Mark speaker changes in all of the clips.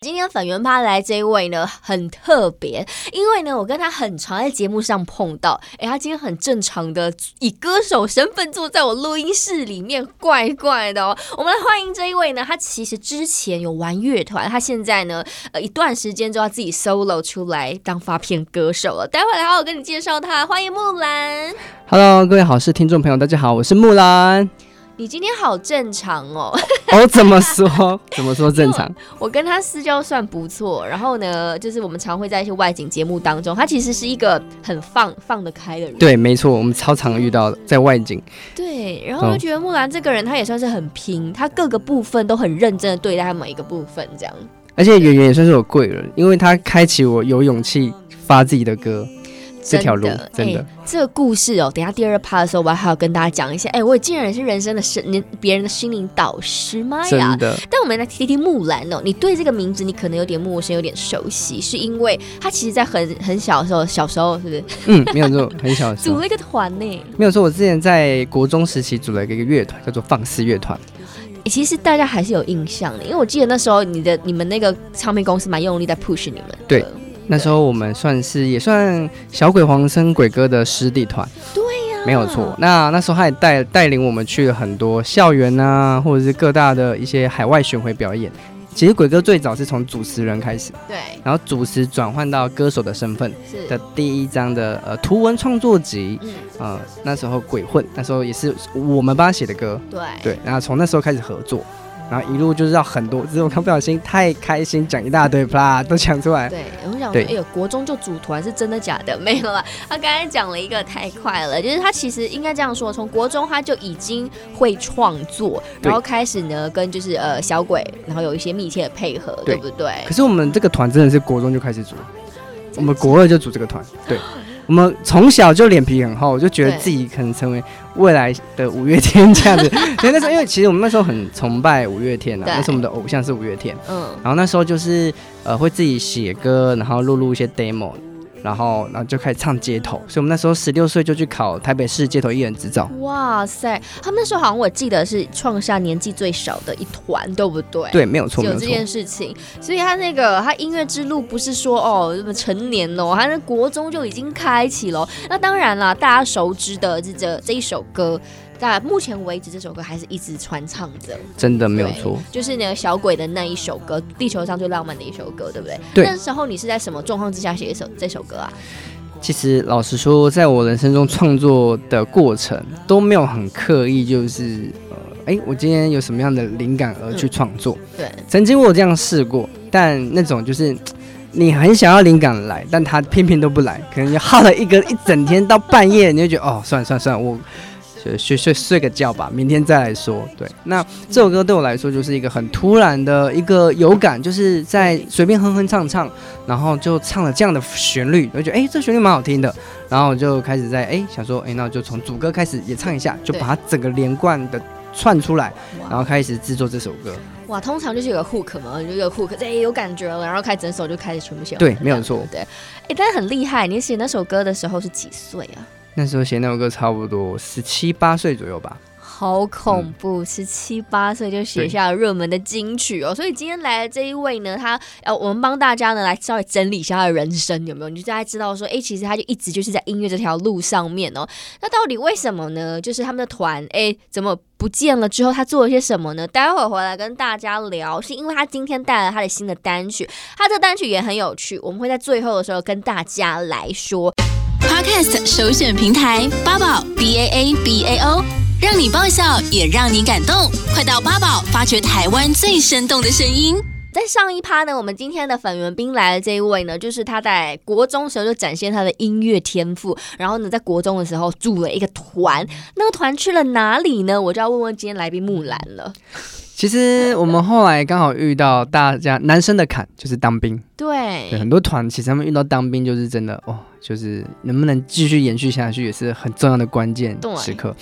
Speaker 1: 今天粉圆趴来这一位呢，很特别，因为呢，我跟他很常在节目上碰到。诶，他今天很正常的以歌手身份坐在我录音室里面，怪怪的哦。我们来欢迎这一位呢，他其实之前有玩乐团，他现在呢，呃，一段时间就要自己 solo 出来当发片歌手了。待会来好好跟你介绍他，欢迎木兰。
Speaker 2: Hello，各位好，是听众朋友，大家好，我是木兰。
Speaker 1: 你今天好正常哦，
Speaker 2: 哦，怎么说？怎么说正常？
Speaker 1: 我跟他私交算不错。然后呢，就是我们常会在一些外景节目当中，他其实是一个很放放得开的人。
Speaker 2: 对，没错，我们超常遇到的，在外景。
Speaker 1: 对然后我就觉得木兰这个人，他也算是很拼，他各个部分都很认真的对待他每一个部分，这样。
Speaker 2: 而且圆圆也算是我贵人，因为他开启我有勇气发自己的歌这条路，真的。
Speaker 1: 哎这个故事哦，等一下第二趴的时候，我还要跟大家讲一下。哎，我竟然也是人生的心，别人的心灵导师，妈哎呀！
Speaker 2: 真的，
Speaker 1: 但我们来听听木兰哦，你对这个名字你可能有点陌生，有点熟悉，是因为他其实在很很小的时候，小时候是不是
Speaker 2: 嗯，没有错，很小的时
Speaker 1: 组
Speaker 2: 候，
Speaker 1: 了一个团呢？
Speaker 2: 没有错。我之前在国中时期组了一个乐团，叫做放肆乐团。
Speaker 1: 欸其实大家还是有印象的，因为我记得那时候你的你们那个唱片公司蛮用力在 push 你们的。
Speaker 2: 对那时候我们算是也算小鬼黄生鬼哥的师弟团，
Speaker 1: 对呀、
Speaker 2: 没有错。。那那时候他也带带领我们去了很多校园啊，或者是各大的一些海外巡回表演。其实鬼哥最早是从主持人开始，
Speaker 1: 对，
Speaker 2: 然后主持转换到歌手的身份
Speaker 1: 是
Speaker 2: 的第一张的呃图文创作集，
Speaker 1: 嗯，
Speaker 2: 呃那时候鬼混，那时候也是我们帮他写的歌，
Speaker 1: 对，
Speaker 2: 对，然后从那时候开始合作，然后一路就是要很多，只是我刚不小心太开心讲一大堆，啪都讲出来，
Speaker 1: 对，我想说，
Speaker 2: 对
Speaker 1: 哎呦，国中就组团是真的假的？没有啦，他刚才讲了一个太快了，就是他其实应该这样说，从国中他就已经会创作，
Speaker 2: 对
Speaker 1: 然后开始呢跟就是呃小鬼，然后有一些密切的配合，对
Speaker 2: 对
Speaker 1: 不对
Speaker 2: 可？是我们这个团真的是国中就开始组，我们国二就组这个团，
Speaker 1: 啊
Speaker 2: 对。我们从小就脸皮很厚，就觉得
Speaker 1: 对
Speaker 2: 自己可能成为未来的五月天这 样子。所以那时候，因为其实我们那时候很崇拜五月天啊，
Speaker 1: 对
Speaker 2: 那时候我们的偶像是五月天。
Speaker 1: 嗯，
Speaker 2: 然后那时候就是呃会自己写歌，然后录入一些 demo，然后然后就开始唱街头。所以我们那时候十六岁就去考台北市街头艺人执照。
Speaker 1: 哇塞，他们那时候好像我记得是创下年纪最少的一团，对不对？
Speaker 2: 对，没有错，没
Speaker 1: 有
Speaker 2: 有
Speaker 1: 这
Speaker 2: 错。
Speaker 1: 件事情，所以他那个他音乐之路不是说哦什么成年哦，他那国中就已经开启了。那当然啦，大家熟知的这这这一首歌，那目前为止这首歌还是一直传唱着，
Speaker 2: 真的没有错。
Speaker 1: 就是那个小鬼的那一首歌，地球上最浪漫的一首歌，对不对？
Speaker 2: 对
Speaker 1: 那时候你是在什么状况之下写一首这首歌啊？
Speaker 2: 其实老实说，在我人生中创作的过程都没有很刻意，就是呃，哎，我今天有什么样的灵感而去创作。
Speaker 1: 对，
Speaker 2: 曾经我有这样试过，但那种就是。你很想要灵感来，但它偏偏都不来，可能就耗了一个一整天到半夜，你就觉得哦，算了算了算了，我就睡睡睡个觉吧，明天再来说。对，那这首歌对我来说就是一个很突然的一个有感，就是在随便哼哼唱唱，然后就唱了这样的旋律，我就觉得哎、这旋律蛮好听的，然后我就开始在哎、想说哎、那我就从主歌开始也唱一下，就
Speaker 1: 对
Speaker 2: 把它整个连贯的串出来，
Speaker 1: 哇
Speaker 2: 然后开始制作这首歌。
Speaker 1: 哇，通常就是有个 hook 嘛，就有个 hook，哎、有感觉了，然后开始整首就开始全部写完。
Speaker 2: 对，没有错。
Speaker 1: 哎、但是很厉害，你写那首歌的时候是几岁啊？
Speaker 2: 那时候写那首歌差不多十七八岁左右吧。
Speaker 1: 好恐怖！十七八岁就写下了热门的金曲哦，所以今天来的这一位呢，他呃，我们帮大家呢来稍微整理一下他的人生，有没有？你就大家知道说，诶，其实他就一直就是在音乐这条路上面哦。那到底为什么呢？就是他们的团诶，怎么不见了？之后他做了些什么呢？待会儿回来跟大家聊，是因为他今天带来他的新的单曲，他这单曲也很有趣，我们会在最后的时候跟大家来说。
Speaker 3: Podcast 首选平台八宝 B A A B A O，让你爆笑也让你感动。快到八宝发掘台湾最生动的声音。
Speaker 1: 在上一趴呢，我们今天的粉圆兵来的这一位呢，就是他在国中时候就展现他的音乐天赋，然后呢，在国中的时候组了一个团，那个团去了哪里呢？我就要问问今天来宾木兰了。
Speaker 2: 其实我们后来刚好遇到大家男生的坎就是当兵，对
Speaker 1: 对，
Speaker 2: 很多团其实他们遇到当兵就是真的哦，就是能不能继续延续下去也是很重要的关键
Speaker 1: 对
Speaker 2: 时刻。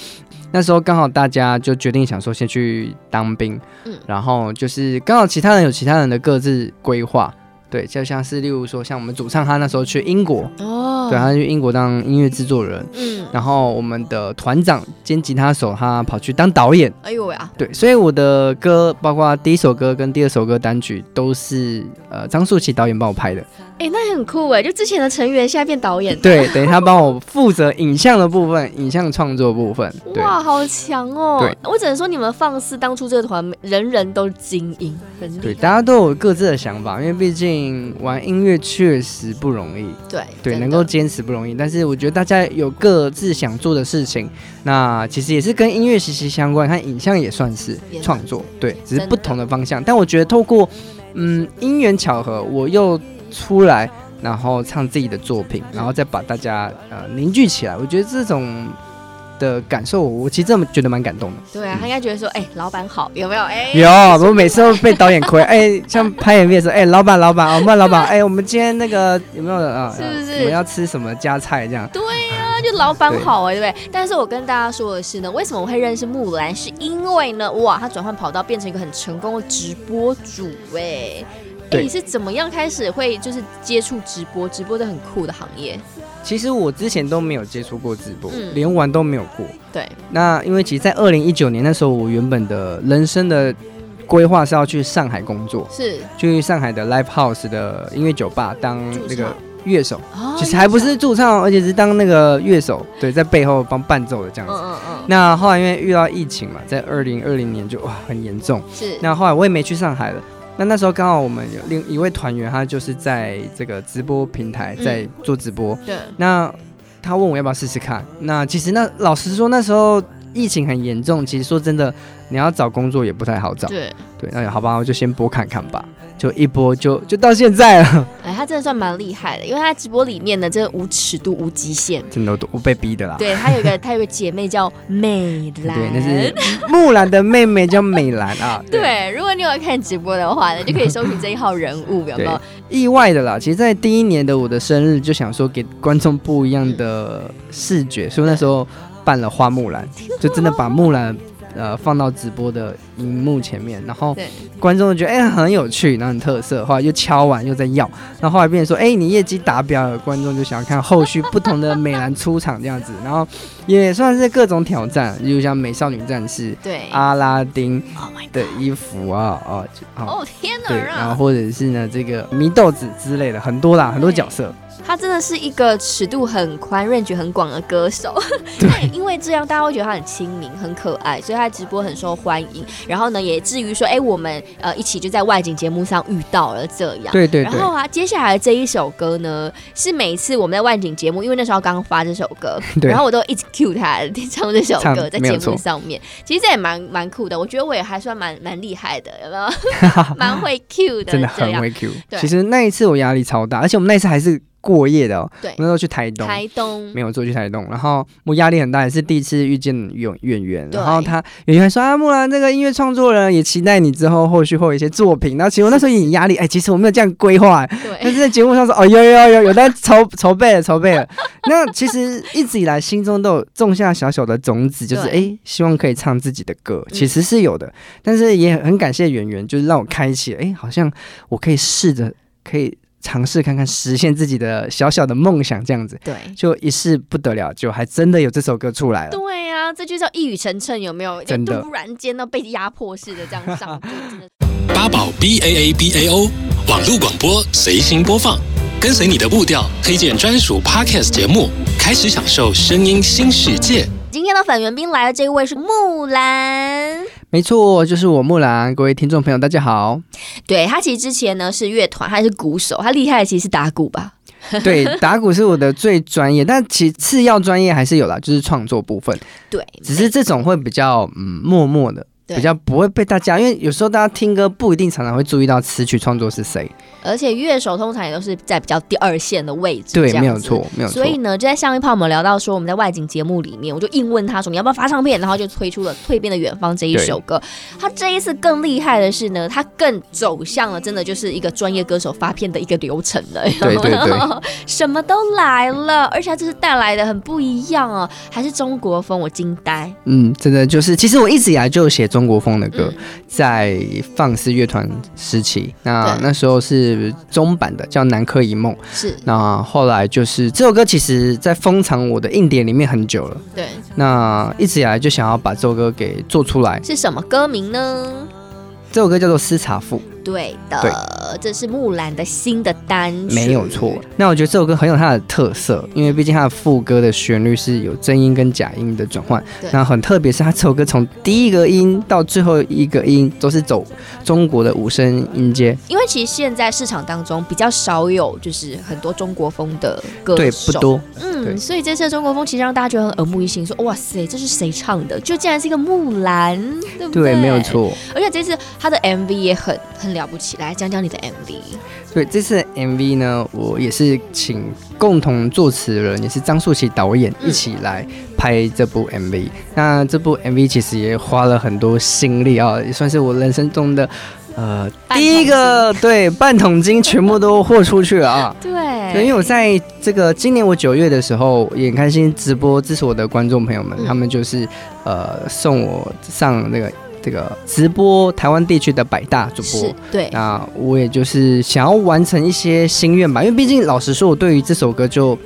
Speaker 2: 那时候刚好大家就决定想说先去当兵，
Speaker 1: 嗯
Speaker 2: 然后就是刚好其他人有其他人的各自规划，对，就像是例如说，像我们主唱他那时候去英国，
Speaker 1: 哦，
Speaker 2: 对，，他去英国当音乐制作人，
Speaker 1: 嗯，
Speaker 2: 然后我们的团长兼吉他手他跑去当导演，
Speaker 1: 哎呦喂啊，
Speaker 2: 对，所以我的歌包括第一首歌跟第二首歌单曲都是呃张树奇导演帮我拍的，
Speaker 1: 哎，那很酷哎，就之前的成员现在变导演，
Speaker 2: 对，等于他帮我负责影像的部分，影像创作部分，对。
Speaker 1: 哇，好强哦
Speaker 2: 对！
Speaker 1: 我只能说你们放肆当初这个团，人人都精英，很厉
Speaker 2: 对，大家都有各自的想法，因为毕竟玩音乐确实不容易，
Speaker 1: 对
Speaker 2: 对，
Speaker 1: 真
Speaker 2: 能
Speaker 1: 的
Speaker 2: 够坚持不容易。但是我觉得大家有各自想做的事情，那其实也是跟音乐息息相关，看影像也算是
Speaker 1: 也算
Speaker 2: 创作，对，只是
Speaker 1: 真
Speaker 2: 不
Speaker 1: 的
Speaker 2: 同的方向。但我觉得透过嗯因缘巧合，我又出来。然后唱自己的作品，然后再把大家呃凝聚起来，我觉得这种的感受，我其实这么觉得蛮感动的。
Speaker 1: 对啊，他应该觉得说，哎，老板好，有没有？哎，
Speaker 2: 有，我每次都被导演 亏。哎、像拍 MV 的时候，哎、老板，老板，我们老板，哎、我们今天那个有没有啊？
Speaker 1: 是不是
Speaker 2: 我们要吃什么加菜这样？
Speaker 1: 对呀、就老板好哎、对不对？但是我跟大家说的是呢，为什么我会认识木兰，是因为呢，哇，他转换跑道变成一个很成功的直播主哎、哎，
Speaker 2: 对
Speaker 1: 你是怎么样开始会就是接触直播？直播这很酷的行业，
Speaker 2: 其实我之前都没有接触过直播，
Speaker 1: 嗯
Speaker 2: 连玩都没有过。
Speaker 1: 对，
Speaker 2: 那因为其实，在二零一九年那时候，我原本的人生的规划是要去上海工作，
Speaker 1: 是
Speaker 2: 去上海的 live house 的音乐酒吧当那
Speaker 1: 驻
Speaker 2: 个
Speaker 1: 唱
Speaker 2: 乐手，
Speaker 1: 哦
Speaker 2: 其实还不是驻唱哦，而且是当那个乐手，对，在背后帮伴奏的这样
Speaker 1: 嗯
Speaker 2: 子。
Speaker 1: 嗯嗯，
Speaker 2: 那后来因为遇到疫情嘛，在二零二零年就哇很严重。
Speaker 1: 是
Speaker 2: 那后来我也没去上海了。那那时候刚好我们有另一位团员，他就是在这个直播平台
Speaker 1: 嗯
Speaker 2: 在做直播。
Speaker 1: 对，
Speaker 2: 那他问我要不要试试看。那其实那老实说，那时候疫情很严重，其实说真的，你要找工作也不太好找。
Speaker 1: 对，
Speaker 2: 对，那好吧，我就先播看看吧。就一播就就到现在了，
Speaker 1: 哎，他真的算蛮厉害的，因为他直播里面呢，真的无尺度、无极限。
Speaker 2: 真的我都我被逼的啦。
Speaker 1: 对他有一个， 他有一个姐妹叫美兰，
Speaker 2: 啊对，那是木兰的妹妹叫美兰啊。
Speaker 1: 对，如果你有看直播的话呢，就可以搜寻这一号人物，有没有？
Speaker 2: 意外的啦，其实，在第一年的我的生日，就想说给观众不一样的视觉，所以那时候办了花木兰，就真的把木兰呃放到直播的荧幕前面，然后
Speaker 1: 对
Speaker 2: 观众就觉得哎、很有趣，然后很特色，后来又敲完又在要，然后后来变成说哎、你业绩达标了，观众就想要看后续不同的美兰出场这样子，然后也算是各种挑战，例如像美少女战士、
Speaker 1: 对
Speaker 2: 阿拉丁的衣服啊哦哦
Speaker 1: 哦天哪！
Speaker 2: 对，
Speaker 1: 让
Speaker 2: 然后或者是呢，这个祢豆子之类的，很多啦，很多角色。
Speaker 1: 他真的是一个尺度很宽、range 很广的歌手。 那 因为这样，大家会觉得他很亲民、很可爱，所以他直播很受欢迎。然后呢，也至于说，哎、我们呃一起就在外景节目上遇到了这样。
Speaker 2: 对对
Speaker 1: 然后啊，接下来这一首歌呢，是每次我们在外景节目，因为那时候刚发这首歌，
Speaker 2: 对
Speaker 1: 然后我都一直 cue 他唱这首
Speaker 2: 唱
Speaker 1: 歌在
Speaker 2: 没有
Speaker 1: 节目
Speaker 2: 错
Speaker 1: 上面。其实这也蛮蛮酷的，我觉得我也还算蛮蛮厉害的，有没有？ 蛮会 cue 的，
Speaker 2: 真的
Speaker 1: 这
Speaker 2: 很
Speaker 1: 样。
Speaker 2: 会 Q
Speaker 1: 对。
Speaker 2: 其实那一次我压力超大，而且我们那一次还是过夜的哦。
Speaker 1: 对
Speaker 2: 我们那时候去台东，
Speaker 1: 台东
Speaker 2: 没有坐去台东，然后我压力很大，也是第一次遇见演演员，
Speaker 1: 对
Speaker 2: 然后他演员还说啊，木兰这个音乐创作人也期待你之后后续会有一些作品。然后其实我那时候也有压力，哎，其实我没有这样规划，
Speaker 1: 对
Speaker 2: 但。是在节目上说哦，有有有有在筹 筹备了，筹备了。那其实一直以来心中都有种下小小的种子，就是
Speaker 1: 对
Speaker 2: 哎、诶希望可以唱自己的歌，其实是有的。但是也很感谢圆圆，就是让我开启了，哎、好像我可以试着可以尝试看看实现自己的小小的梦想，这样子
Speaker 1: 对
Speaker 2: 就一试不得了，就还真的有这首歌出来了。
Speaker 1: 对呀、这就叫一语成谶，有没有？就
Speaker 2: 真的
Speaker 1: 突然间呢被压迫似的这样上， 就真的
Speaker 4: 八宝 B A A B A O 网络广播随心播放，跟随你的步调，推荐专属 Podcast 节目，开始享受声音新世界。
Speaker 1: 今天的粉圆兵来的这一位是木兰，
Speaker 2: 没错，就是我木兰，各位听众朋友，大家好。
Speaker 1: 对他其实之前呢是乐团，他是鼓手，他厉害的其实是打鼓吧。
Speaker 2: 对，打鼓是我的最专业，但其次要专业还是有啦，就是创作部分。
Speaker 1: 对，
Speaker 2: 只是这种会比较嗯默默的，
Speaker 1: 对
Speaker 2: 比较不会被大家，因为有时候大家听歌不一定常常会注意到词曲创作是谁。
Speaker 1: 而且乐手通常也都是在比较第二线的位置，
Speaker 2: 对
Speaker 1: 这，样
Speaker 2: 没有
Speaker 1: 子
Speaker 2: 错。，没有错
Speaker 1: 所。以呢，就在上一趴我们聊到说，我们在外景节目里面，我就硬问他说你要不要发唱片，然后就推出了《蜕变的远方》这一首歌。他这一次更厉害的是呢，他更走向了真的就是一个专业歌手发片的一个流程了。
Speaker 2: 对对对，
Speaker 1: 什么都来了，而且他这次带啊来的很不一样哦，还是中国风，我惊呆。
Speaker 2: 嗯，真的就是，其实我一直以来就有写中国风的歌，在放肆乐团时期，那
Speaker 1: 对
Speaker 2: 那时候是中版的，叫《南柯一梦》。
Speaker 1: 是
Speaker 2: 那后来就是这首歌，其实在封藏我的硬碟里面很久了。
Speaker 1: 对，
Speaker 2: 那一直以来就想要把这首歌给做出来。
Speaker 1: 是什么歌名呢？
Speaker 2: 这首歌叫做《斯查父》，
Speaker 1: 对的，这是木兰的新的单曲，
Speaker 2: 没有错。那我觉得这首歌很有它的特色，因为毕竟它的副歌的旋律是有真音跟假音的转换
Speaker 1: 对。
Speaker 2: 那很特别是它这首歌从第一个音到最后一个音都是走中国的五声音阶，
Speaker 1: 因为其实现在市场当中比较少有，就是很多中国风的歌
Speaker 2: 对，
Speaker 1: 手，
Speaker 2: 不多。对
Speaker 1: 嗯，所以这次的中国风其实让大家觉得很耳目一新，说哇塞，这是谁唱的？就竟然是一个木兰，对不
Speaker 2: 对，没有。错。
Speaker 1: 而且这次他的 MV 也很很了不起，来讲讲你的 MV。
Speaker 2: 对，这次的 MV 呢，我也是请共同作词人，也是张树奇导演
Speaker 1: 嗯
Speaker 2: 一起来拍这部 MV。那这部 MV 其实也花了很多心力啊、也算是我人生中的呃
Speaker 1: 半。
Speaker 2: 第一个对半桶金全部都豁出去了啊
Speaker 1: 对，
Speaker 2: 对，因为我在这个今年我九月的时候，也很开心直播支持我的观众朋友们，
Speaker 1: 嗯
Speaker 2: 他们就是呃送我上那个这个直播台湾地区的百大主播
Speaker 1: 是，，对，
Speaker 2: 那我也就是想要完成一些心愿吧，因为毕竟老实说，我对于这首歌就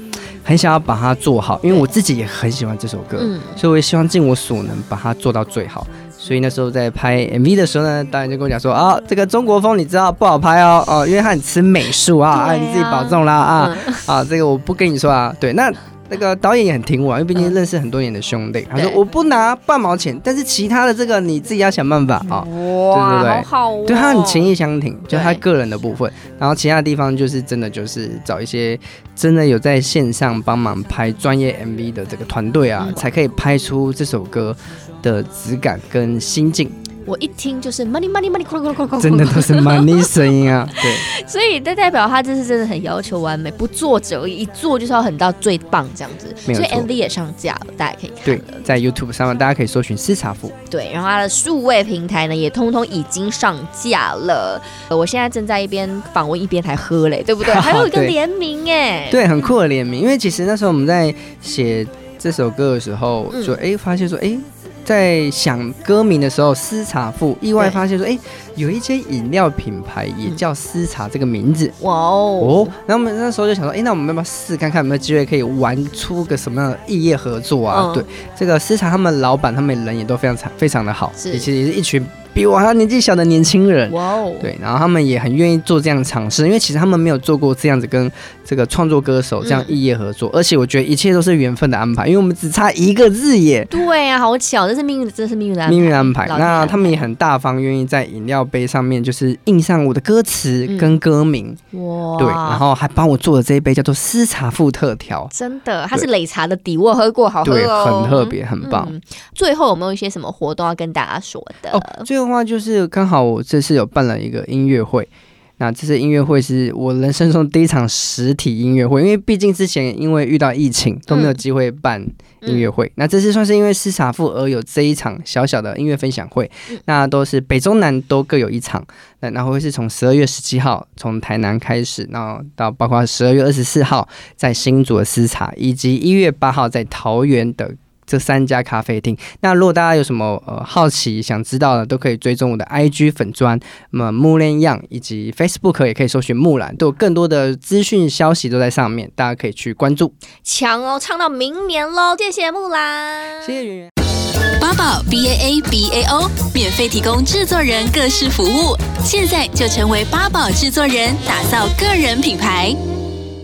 Speaker 2: 很想要把它做好，因为
Speaker 1: 对
Speaker 2: 我自己也很喜欢这首歌，
Speaker 1: 嗯，
Speaker 2: 所以我也希望尽我所能把它做到最好。所以那时候在拍 MV 的时候呢，导演就跟我讲说啊，这个中国风你知道不好拍哦，哦、因为它很吃美术啊，
Speaker 1: 对啊
Speaker 2: 哎、你自己保重啦啊、
Speaker 1: 嗯
Speaker 2: 啊，这个我不跟你说啊。对，那那个导演也很挺我、啊，因为毕竟认识很多年的兄弟，他说
Speaker 1: 对
Speaker 2: 我不拿半毛钱，但是其他的这个你自己要想办法啊。
Speaker 1: 哇，
Speaker 2: 对对对
Speaker 1: 好好哦，
Speaker 2: 对他很情意相挺，就他
Speaker 1: 对
Speaker 2: 个人的部分，然后其他地方就是真的就是找一些真的有在线上帮忙拍专业 MV 的这个团队啊，
Speaker 1: 嗯
Speaker 2: 才可以拍出这首歌的质感跟 心境，
Speaker 1: 我一听就是 money money money，快快快快，
Speaker 2: 真的都是 money 声音啊，对，
Speaker 1: 所以这代表他这次真的很要求完美，不做者一做就是要很到最棒这样子。
Speaker 2: 没有
Speaker 1: 所以
Speaker 2: 错
Speaker 1: MV 也上架了，大家可以看
Speaker 2: 对
Speaker 1: 了。，
Speaker 2: 在 YouTube 上面大家可以搜寻“斯查夫
Speaker 1: 对，然后它的数位平台呢也通通已经上架了。呃我现在正在一边访问一边还喝嘞，对不对？还有一个
Speaker 2: 对
Speaker 1: 联名哎”，，
Speaker 2: 对，很酷的联名，因为其实那时候我们在写这首歌的时候，
Speaker 1: 嗯
Speaker 2: 就哎、发现说哎。在想歌名的时候，斯茶富意外
Speaker 1: 对
Speaker 2: 发现说，哎、有一些饮料品牌也叫斯茶这个名字，
Speaker 1: 哇哦，
Speaker 2: 哦，那我们那时候就想说，哎、那我们要不要试试看看有没有机会可以玩出个什么样的异业合作啊？
Speaker 1: 嗯
Speaker 2: 对，这个市场他们老板他们人也都非常非常的好，
Speaker 1: 是
Speaker 2: 也其实也是一群比我还要年纪小的年轻人。
Speaker 1: 哇哦，
Speaker 2: 对，然后他们也很愿意做这样的尝试，因为其实他们没有做过这样子跟这个创作歌手这样
Speaker 1: 嗯
Speaker 2: 异业合作，而且我觉得一切都是缘分的安排，因为我们只差一个字耶，
Speaker 1: 对啊，好巧，这是命运的，这是命运的安排
Speaker 2: 命运安排。
Speaker 1: 老天
Speaker 2: 那
Speaker 1: 安
Speaker 2: 他们也很大方，愿意在饮料杯上面就是印上我的歌词
Speaker 1: 嗯
Speaker 2: 跟歌名，
Speaker 1: 哇，
Speaker 2: 对，然后还帮我做了这一杯叫做斯茶富特调，
Speaker 1: 真的，它是擂茶的底，我有喝过，好喝
Speaker 2: 对，
Speaker 1: 哦，
Speaker 2: 很特别，很棒。
Speaker 1: 嗯最后有没有一些什么活动要跟大家说的？
Speaker 2: 哦，最后的话就是刚好我这次有办了一个音乐会。那这次音乐会是我人生中第一场实体音乐会，因为毕竟之前因为遇到疫情都没有
Speaker 1: 嗯
Speaker 2: 机会办
Speaker 1: 嗯
Speaker 2: 音乐会。那这次算是因为斯查富而有这一场小小的音乐分享会，
Speaker 1: 嗯
Speaker 2: 那都是北中南都各有一场。那然后会是从十二月十七号从台南开始，然后到包括十二月二十四号在新竹的斯茶，以及一月八号在桃园的这三家咖啡厅。那如果大家有什么呃好奇想知道的，都可以追踪我的 IG 粉砖，那么木兰样以及 Facebook 也可以搜寻木兰，都有更多的资讯消息都在上面，大家可以去关注。
Speaker 1: 强哦，唱到明年喽！谢谢木兰，
Speaker 2: 谢谢圆圆。
Speaker 3: 八宝 B A A B A O 免费提供制作人各式服务，现在就成为八宝制作人，打造个人品牌。